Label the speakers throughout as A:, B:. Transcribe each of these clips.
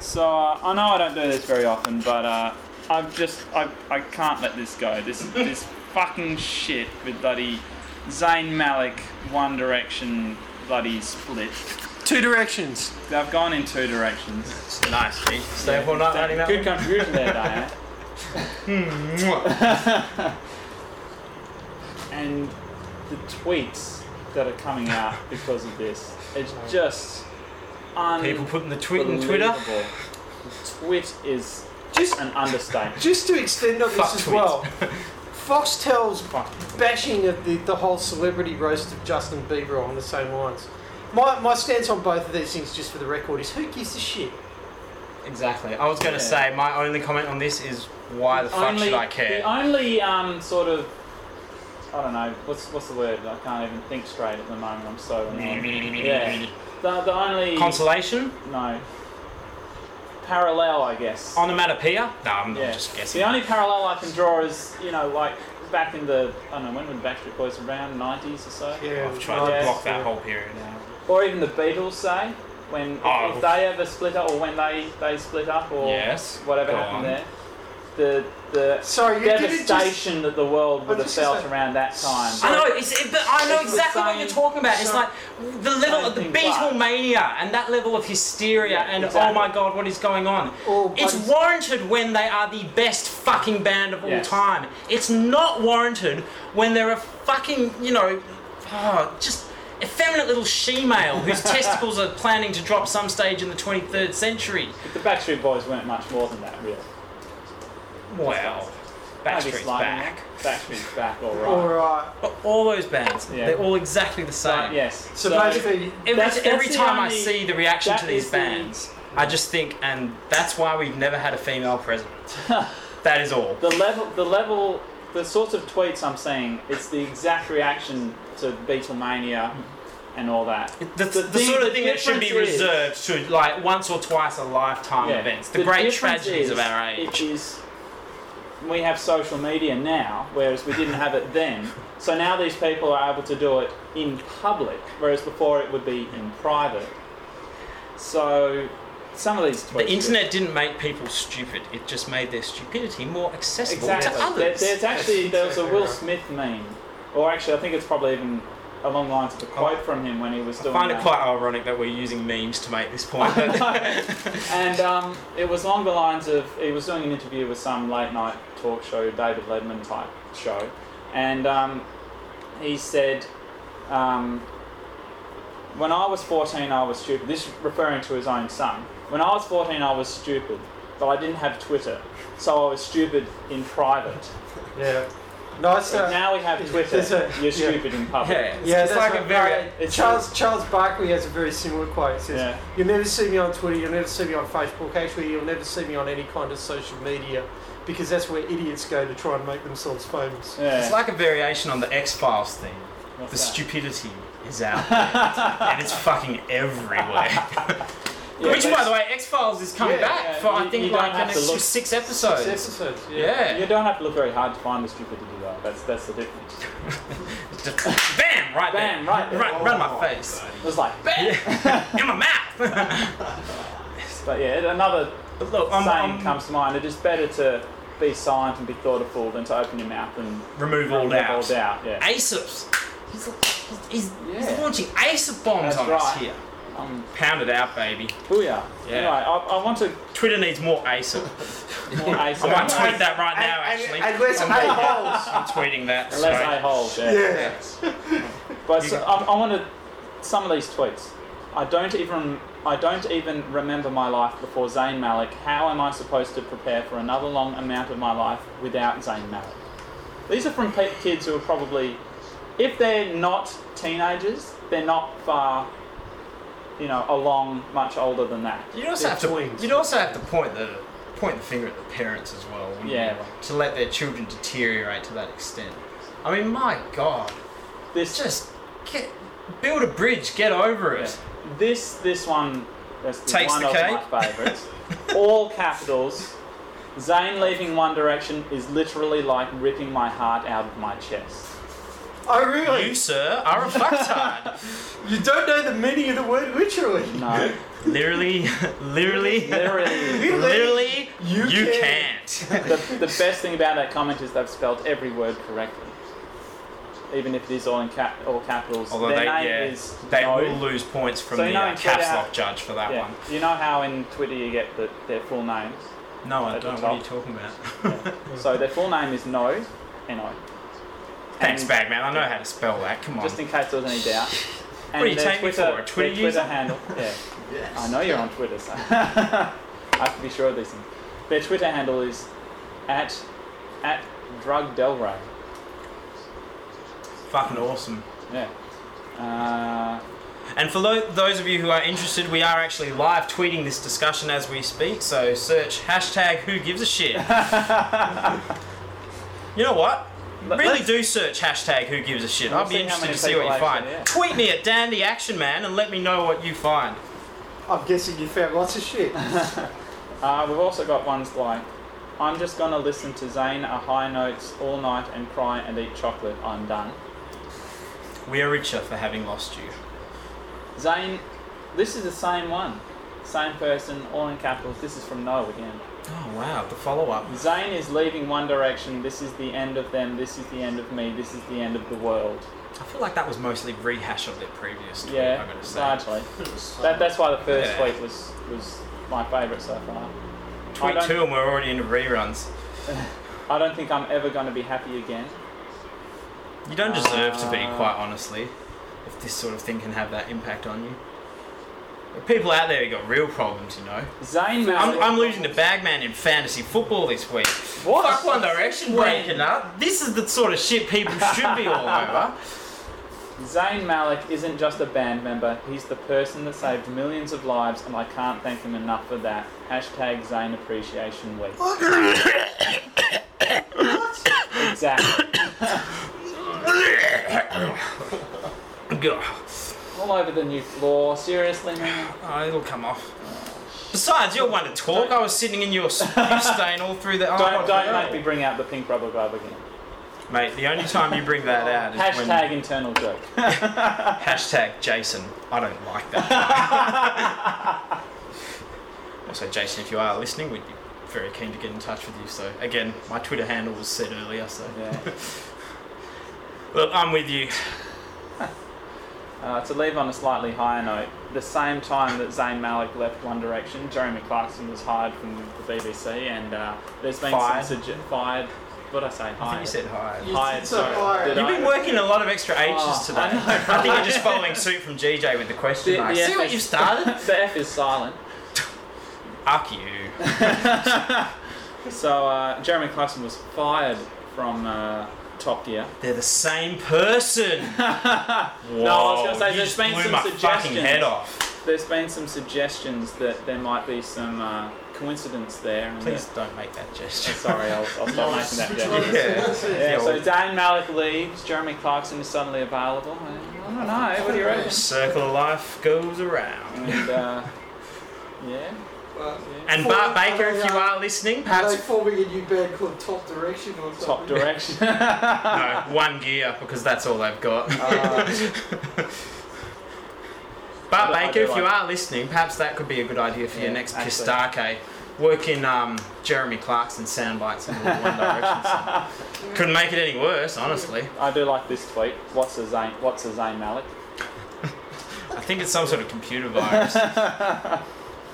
A: So uh, I know I don't do this very often, but uh, I've just I, I can't let this go. This this fucking shit with bloody Zayn Malik One Direction bloody split.
B: Two directions.
A: They've gone in two directions.
C: It's nice, mate.
D: Stay up all night writing Oh, that. Hmm,
A: Good contribution there, Diane. and the tweets that are coming out because of this, it's just un-
D: one. People putting the tweet on Twitter.
A: Unbelievable. Twit is
B: Just
A: an understatement.
B: just to extend on
D: Fuck
B: this as
D: tweets.
B: well. Foxtel's
A: Fuck.
B: bashing of the, the whole celebrity roast of Justin Bieber on the same lines. My, my stance on both of these things, just for the record, is who gives a shit?
D: Exactly. I was going to
A: Yeah.
D: say my only comment on this is why the fuck
A: only,
D: should I care?
A: The only um, sort of I don't know what's what's the word. I can't even think straight at the moment. I'm so annoyed. yeah. The, the only
D: Consolation?
A: no parallel, I guess.
D: Onomatopoeia? No, I'm
A: Yeah.
D: I'm just
A: The
D: guessing.
A: only parallel I can draw is, you know, like back in the, I don't know, when were the Backstreet Boys around? 90s or so?
B: Yeah,
D: I've tried
A: Yeah.
D: to block that whole period out.
A: Or even the Beatles, say, when, if-
D: Oh.
A: if, they ever split up or when they, they split up or
D: Yes,
A: whatever
D: go
A: happened
D: on.
A: there. The, the
B: Sorry, you didn't just.
A: devastation that the world would have
B: I was just
A: felt
B: gonna say-
A: around that time.
D: I know, it's, it, but I know
A: It's the
D: exactly what
A: same-
D: you're talking about. It's
A: same-
D: like the level
A: same
D: of the
A: thing, but-
D: Beatlemania and that level of hysteria
A: Yeah,
D: and
A: exactly.
D: oh my god, what is going on?
B: Oh,
D: it's
B: but-
D: warranted when they are the best fucking band of all
A: Yes.
D: time. It's not warranted when they're a fucking, you know, oh, just effeminate little she-male whose testicles are planning to drop some stage in the 23rd century.
A: But the Backstreet Boys weren't much more than that, really.
D: Well,
A: Maybe
D: Backstreet's
A: slightly
D: back.
A: more. Backstreet's back, alright.
B: Alright.
D: But all those bands,
A: Yeah.
D: they're all exactly the same.
A: But yes.
B: So, basically,
D: Every,
A: That's- that's
D: every
A: the
D: time
A: only-
D: I see the reaction
A: that
D: to these
A: is the-
D: bands, I just think, and that's why we've never had a female president. that is all.
A: the level, the level, the sorts of tweets I'm seeing, it's the exact reaction to Beatlemania and all that.
D: The, the,
A: the
D: sort of thing that should be
A: difference is-
D: reserved to like once or twice a lifetime
A: Yeah.
D: events, the, great
A: difference
D: tragedies
A: is,
D: of our age.
A: It is. We have social media now, whereas we didn't have it then. So now these people are able to do it in public, whereas before it would be in private. So some of these tweets.
D: The internet didn't make people stupid; it just made their stupidity more accessible
A: Exactly.
D: to
A: There,
D: others.
A: there's actually there was a
B: exactly
A: Will
B: right.
A: Smith meme, or actually I think it's probably even along the lines of a quote from him when he was
D: Oh. I
A: doing.
D: find it
A: that.
D: quite ironic that we're using memes to make this point.
A: And um, it was along the lines of he was doing an interview with some late night talk show, David Letterman type show, and um, he said, um, "When I was 14, I was stupid." This referring to his own son. When I was 14, I was stupid, but I didn't have Twitter, so I was stupid in private.
B: Yeah. Nice.
A: But
B: uh,
A: now we have Twitter.
B: There's a-
A: You're
B: yeah.
A: stupid in public.
D: yeah, it's,
B: Yeah,
D: it's
B: that's
D: like a
B: what-
D: very
B: right.
A: it's
B: Charles Charles Barkley has a very similar quote. It says,
A: Yeah.
B: "You'll never see me on Twitter. You'll never see me on Facebook. Actually, you'll never see me on any kind of social media because that's where idiots go to try and make themselves famous."
A: Yeah.
D: It's like a variation on the X Files thing.
A: What's
D: The
A: that?
D: stupidity is out there, and it's fucking everywhere.
A: Yeah,
D: Which,
A: but
D: by the way, X Files is coming
B: Yeah,
D: back
A: yeah,
D: for I
A: you-
D: think
A: you don't
D: like the
A: have to
D: next
A: look-
D: six episodes.
B: Six episodes.
D: yeah.
A: You don't have to look very hard to find the stupidity though. That's that's the difference.
D: Just bam, right
A: Bam,
D: there,
A: right there. Oh,
D: right, right in my face,
A: It was like, bam!
D: in my mouth.
A: But yeah, another
D: but look, I'm,
A: saying
D: I'm
A: comes to mind. It is better to be silent and be thoughtful than to open your mouth and
D: remove all
A: remove all
D: doubt.
A: doubt. Yeah.
D: Aesop's. He's, he's, he's
A: Yeah.
D: launching Aesop bombs
A: That's
D: on us
A: right.
D: here.
A: Um,
D: Pound it out, baby.
A: booyah.
D: Yeah.
A: Anyway, I, I want to
D: Twitter needs more Aesop.
A: more ace.
D: I might tweet that right
B: And,
D: now.
B: and,
D: Actually,
B: and let's
D: I'm,
B: pay holes.
D: I'm tweeting that.
A: Unless
D: so-
A: I hold. Yeah.
B: Yeah.
A: But
D: You
A: so, um,
D: go.
A: I, I want to some of these tweets. I don't even I don't even remember my life before Zayn Malik. How am I supposed to prepare for another long amount of my life without Zayn Malik? These are from pe- kids who are probably, if they're not teenagers, they're not far, you know, along much older than that.
D: You'd also
B: They're
D: have to
B: twins.
D: you'd also have to point the point the finger at the parents as well. wouldn't you?
A: Yeah.
D: To let their children deteriorate to that extent. I mean, my God,
A: This
D: just get build a bridge, get over it.
A: This this one that's the
D: Takes
A: one
D: the
A: of
D: cake.
A: my favourites. All capitals. Zayn leaving One Direction is literally like ripping my heart out of my chest.
B: Oh, really?
D: You, sir, are a fucktard.
B: You don't know the meaning of the word literally.
A: No,
D: literally, literally,
A: literally.
D: literally,
B: You
D: you,
B: can.
D: can't.
A: the, the best thing about that comment is they've spelled every word correctly. Even if it is all in cap, all capitals,
D: Although
A: their
D: they,
A: name
D: yeah,
A: is
D: they
A: no.
D: will lose points from
A: So
D: the
A: you know
D: uh,
A: in Twitter-
D: caps lock judge for that
A: Yeah.
D: one.
A: You know how in Twitter you get the, their full names.
D: No, I
A: At the
D: don't. What
A: top.
D: are you talking about?
A: So their full name is No, N O.
D: Thanks,
A: And-
D: Bagman. I know how to spell that. Come on.
A: Just in case there was any doubt. And
D: do you
A: their
D: take me
A: Twitter,
D: for, a Twitter
A: their
D: user?
A: Twitter handle. Yeah. I know you're on Twitter, so I have to be sure of these things. Their Twitter handle is at at drug Delray.
D: Fucking awesome.
A: Yeah. Uh,
D: And for lo- those of you who are interested, we are actually live tweeting this discussion as we speak. So search hashtag Who Gives a Shit. you know what?
A: Let-
D: really
A: let's-
D: do search hashtag Who Gives a Shit.
A: We'll
D: I'll be
A: see how
D: interested
A: many
D: to see what
A: people
D: you find.
A: actually, yeah.
D: Tweet me at Dandy Action Man and let me know what you find.
B: I'm guessing you found lots of shit.
A: uh, we've also got ones like I'm just gonna listen to Zayn a high notes all night and cry and eat chocolate. I'm done.
D: We are richer for having lost you.
A: Zayn, this is the same one, same person, all in capitals. This is from No again.
D: Oh wow, the follow up.
A: Zayn is leaving One Direction. This is the end of them. This is the end of me. This is the end of the world.
D: I feel like that was mostly rehash of their previous tweet,
A: Yeah,
D: I'm gonna say.
A: largely. That, that's why the first
D: Yeah.
A: tweet was was my favourite so far. I
D: Tweet
A: don't-
D: two and we're already into reruns.
A: I don't think I'm ever going to be happy again.
D: You don't deserve to be,
A: Uh,
D: quite honestly, if this sort of thing can have that impact on you. The people out there have got real problems, you know.
A: Zayn
D: I'm,
A: Malik.
D: I'm losing to Bagman in fantasy football this week.
A: What?
D: Fuck One Direction breaking up. This is the sort of shit people should be all over.
A: Zayn Malik isn't just a band member. He's the person that saved millions of lives, and I can't thank him enough for that. Hashtag Zayn Appreciation Week. Exactly.
D: Gah.
A: All over the new floor. Seriously, man.
D: Oh, it'll come off. Besides, you're one to talk. I was sitting in your s- stain all through the. Oh,
A: Don't, don't
D: no.
A: make me bring out the pink rubber glove again.
D: Mate, the only time you bring that out is
A: Hashtag
D: when
A: internal joke.
D: hashtag Jason. I don't like that. also, Jason, if you are listening, we'd be very keen to get in touch with you. So, again, my Twitter handle was said earlier. So,
A: Yeah.
D: look, I'm with you.
A: Uh, to leave on a slightly higher note, the same time that Zayn Malik left One Direction, Jeremy Clarkson was hired from the BBC, and uh, there's been
D: Fired.
A: some suge- fired. What did I say? Hired.
D: I think you said hi.
B: You
A: hired.
B: said so,
A: sorry.
B: fired.
A: Did
D: You've
A: I?
D: been working a lot of extra
A: Oh,
D: H's today.
A: I know,
D: I think you're just following suit from GJ with the question.
A: The-
D: mark.
A: the
D: See
A: F
D: what
A: is-
D: you've started?
A: the F is silent.
D: Fuck you.
A: So uh, Jeremy Clarkson was fired from uh, Top Gear.
D: They're the same person. Whoa,
A: gonna say,
D: you
A: there's
D: just
A: been
D: blew
A: some
D: my fucking
A: suggestions.
D: head off.
A: There's been some suggestions that there might be some uh, coincidence there. And
D: Please don't make that gesture.
A: that- sorry, I'll, I'll stop making that joke.
D: Yeah.
A: Yeah, so
D: well-
A: Dan Malik leaves, Jeremy Clarkson is suddenly available. I don't know, what do you reckon?
D: Circle of life goes around.
A: And, uh, yeah.
D: And Bart Baker, if you are listening,
B: Are they
D: perhaps
B: forming a new band called Top Direction or something?
A: Top direction.
D: no, one gear because that's all they've got.
A: Uh,
D: Bart
A: I do- I
D: Baker,
A: do
D: if you
A: like-
D: are listening, perhaps that could be a good idea for your
A: Yeah,
D: next
A: actually.
D: Pistake. Work in um, Jeremy Clarkson sound bites in One Direction. song. Couldn't make it any worse, honestly.
A: I do like this tweet. What's a Zayn? What's a Zayn Malik?
D: I think it's some sort of computer virus.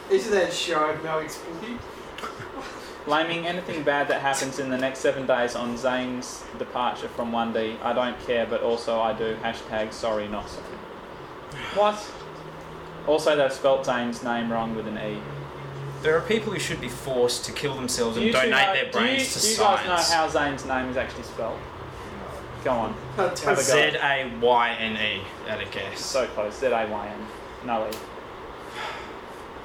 B: Isn't that show now exploding?
A: Blaming anything bad that happens in the next seven days on Zayn's departure from 1D. I don't care, but also I do. Hashtag sorry, not sorry. What? Also, they've spelt Zayn's name wrong with an E.
D: There are people who should be forced to kill themselves
A: Do
D: and
A: you two
D: donate
A: know-
D: their brains to
A: do you, Do you guys
D: science.
A: know how Zayn's name is actually spelled? Go on. Have a
D: Z
A: go.
D: A Y N E, at a guess.
A: So close. Z A Y N. No E.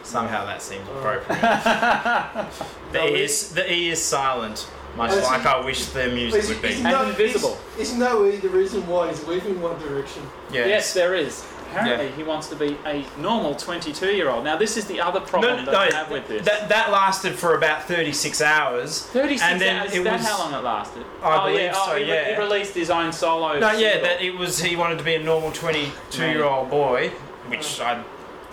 D: Somehow that seems appropriate. the, e is, the E is silent, much
B: Oh, it's-
D: like I wish the music would be.
A: And invisible.
B: Isn't that really the reason why he's leaving One Direction?
D: Yeah.
A: Yes, there is. apparently he wants to be a normal 22 year old. Now, this is the other problem that I have with this.
D: That, that lasted for about 36 hours.
A: 36
D: and then
A: hours,
D: it
A: is that
D: was-
A: how long it lasted?
D: I
A: oh,
D: believe
A: yeah. oh,
D: so,
A: he, re-
D: yeah.
A: he released his own solo.
D: No, yeah,
A: single.
D: that it was he wanted to be a normal 22 year old boy, which I can think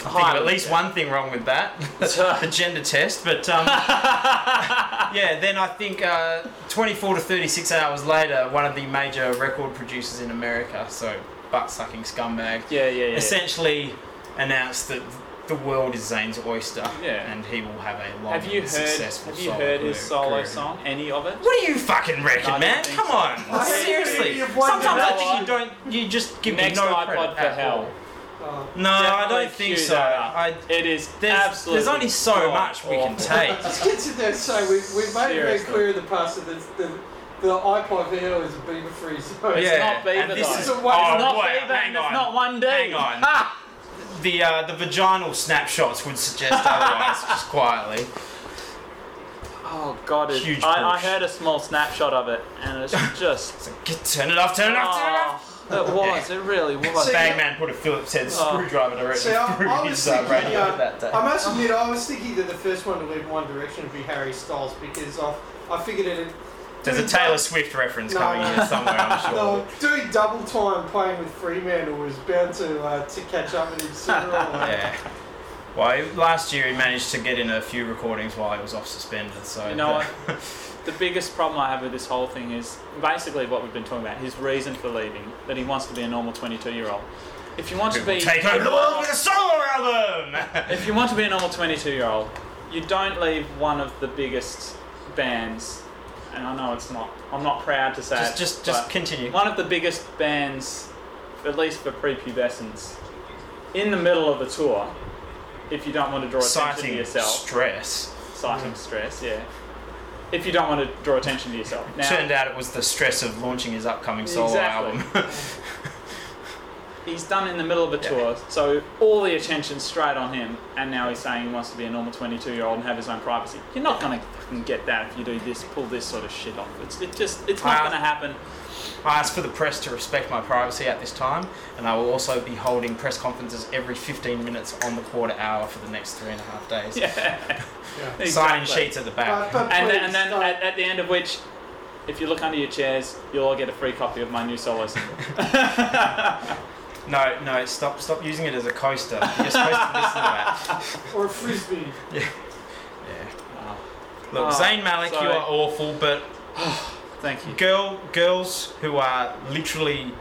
D: of
A: Highly,
D: at least
A: yeah.
D: one thing wrong with that the gender test. But um, yeah, then I think uh, 24 to 36 hours later, one of the major record producers in America, so butt sucking scumbag,
A: yeah, yeah, yeah.
D: essentially announced that the world is Zane's oyster
A: Yeah.
D: and he will have a long
A: Have you
D: and
A: heard?
D: successful
A: Have you
D: solo
A: heard his solo
D: career.
A: song? Any of it?
D: What do you fucking reckon,
A: I don't
D: man?
A: think
D: Come
A: so.
D: on,
B: I think
D: seriously.
B: you won
D: Sometimes I
A: that
D: think you
A: one.
D: don't. You just give
A: Next
D: me no
A: iPod
D: credit
A: for
D: at
A: hell.
D: all.
B: Uh,
D: No, I
A: Definitely
D: don't think
A: cue
D: so.
A: that up.
D: I,
A: It is
D: there's,
A: absolutely.
D: there's only so
A: god
D: much we can
A: awful.
D: take.
B: Just get to that. So we've, we've made it very
A: Seriously.
B: clear in the past that the, the, the iPod Neo is a beaver free zone.
A: It's
D: Yeah,
A: not Bieber
D: and this
A: though.
B: is-
A: It's
B: Oh, wow,
A: not Bieber,
D: hang
A: and it's
D: on.
A: not one D.
D: Hang on.
A: Ha!
D: The uh, the vaginal snapshots would suggest otherwise, just quietly.
A: Oh god, it,
D: Huge
A: I, I
D: push.
A: heard a small snapshot of it, and it's just.
D: So get, turn it off, turn it off, turn it off.
A: oh, it was. It really was.
B: See,
D: Bang man put a Phillips head
A: Oh.
D: screwdriver directly
B: See, I-
D: through
B: I was
D: his uh,
B: thinking,
D: radio
B: uh,
D: that day.
B: I must admit, I was thinking that the first one to leave One Direction would be Harry Styles because I, I figured it.
D: There's a
B: doing
D: Taylor
B: dou-
D: Swift reference
B: No.
D: coming in somewhere, I'm sure.
B: No, doing double time playing with Fremantle was bound to uh, to catch up with him sooner or later.
D: Yeah. Well, he- last year he managed to get in a few recordings while he was off suspended. So
A: You know The biggest problem I have with this whole thing is basically what we've been talking about. His reason for leaving that he wants to be a normal 22 year old. If you want to be
D: Take over the world with a solo album.
A: If you want to be a normal 22 year old, you don't leave one of the biggest bands, and I know it's not, I'm not proud to say
D: just,
A: it,
D: just, just
A: but
D: continue.
A: one of the biggest bands, at least for prepubescents, in the middle of a tour, if you don't want to draw attention to
D: Citing
A: yourself,
D: stress.
A: citing stress, yeah. If you don't want to draw attention to yourself. Now,
D: Turned out it was the stress of launching his upcoming solo
A: Exactly.
D: album.
A: he's done in the middle of a
D: Yeah.
A: tour, so all the attention's straight on him, and now he's saying he wants to be a normal 22 year old and have his own privacy. You're not going to fucking get that if you do this, pull this sort of shit off. It's it just, it's not
D: Wow.
A: going to happen.
D: I ask for the press to respect my privacy at this time, and I will also be holding press conferences every 15 minutes on the quarter hour for the next three and a half days.
A: Yeah.
B: Yeah.
D: Signing
A: Exactly.
D: sheets at the
B: But,
D: back.
B: but
A: And, then-
B: please, uh,
A: and then
B: don't.
A: at, at the end of which, if you look under your chairs, you'll all get a free copy of my new solo single.
D: no, no, stop, stop using it as a coaster. You're supposed to listen to that.
B: or a frisbee.
D: Yeah.
A: Oh,
D: Look,
A: Oh,
D: Zayn Malik,
A: sorry.
D: you are awful, but
A: thank you.
D: girl, girls who are literally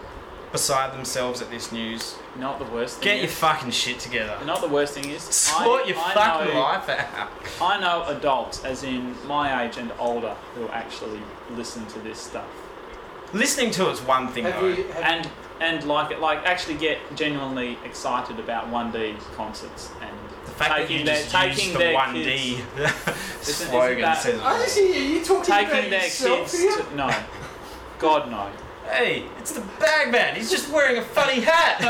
D: beside themselves at this news,
A: Not the worst thing.
D: get your
A: is,
D: fucking shit together.
A: not the worst thing is,
D: Sort
A: I,
D: your
A: I
D: fucking
A: know,
D: life out.
A: I know adults, as in my age and older, who actually listen to this stuff.
D: Listening to it's one thing,
B: Have
D: though.
B: you, have
A: and and like it like actually get genuinely excited about one D concerts and
D: The fact that
A: taking
D: you
A: their-
D: just
A: taking
D: used the
A: their
D: 1D
A: isn't
D: slogan
A: that-
D: says it all.
B: I just hear you talking
A: taking
B: about
A: their
B: yourself
A: kids
B: here.
A: to no, God no.
D: Hey, it's the bag man. He's just wearing a funny hat.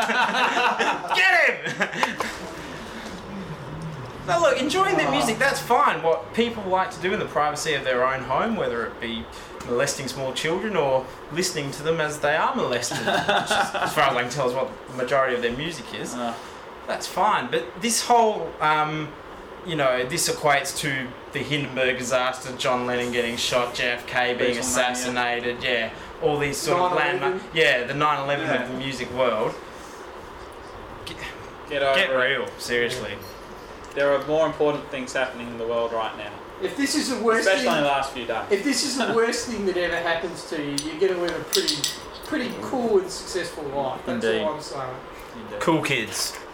D: Get him! now look, enjoying their music, that's fine. What people like to do in the privacy of their own home, whether it be molesting small children or listening to them as they are molested, which is, as far as I can tell, is what the majority of their music is.
A: Uh,
D: That's fine, but this whole, um, you know, this equates to the Hindenburg disaster, John Lennon getting shot, JFK being
A: Beatlemania.
D: assassinated, yeah, all these sort of
B: 9/11.
D: landmark, yeah, the 9/11
A: Yeah.
D: of the music world.
A: get over
D: Get
A: it.
D: real, seriously.
A: There are more important things happening in the world right now,
B: If this is the worst
A: especially
B: thing,
A: in the last few days.
B: if this is the worst thing that ever happens to you, you're going to live a pretty, pretty cool and successful life. That's
A: Indeed.
B: all I'm saying.
A: Indeed.
D: Cool kids.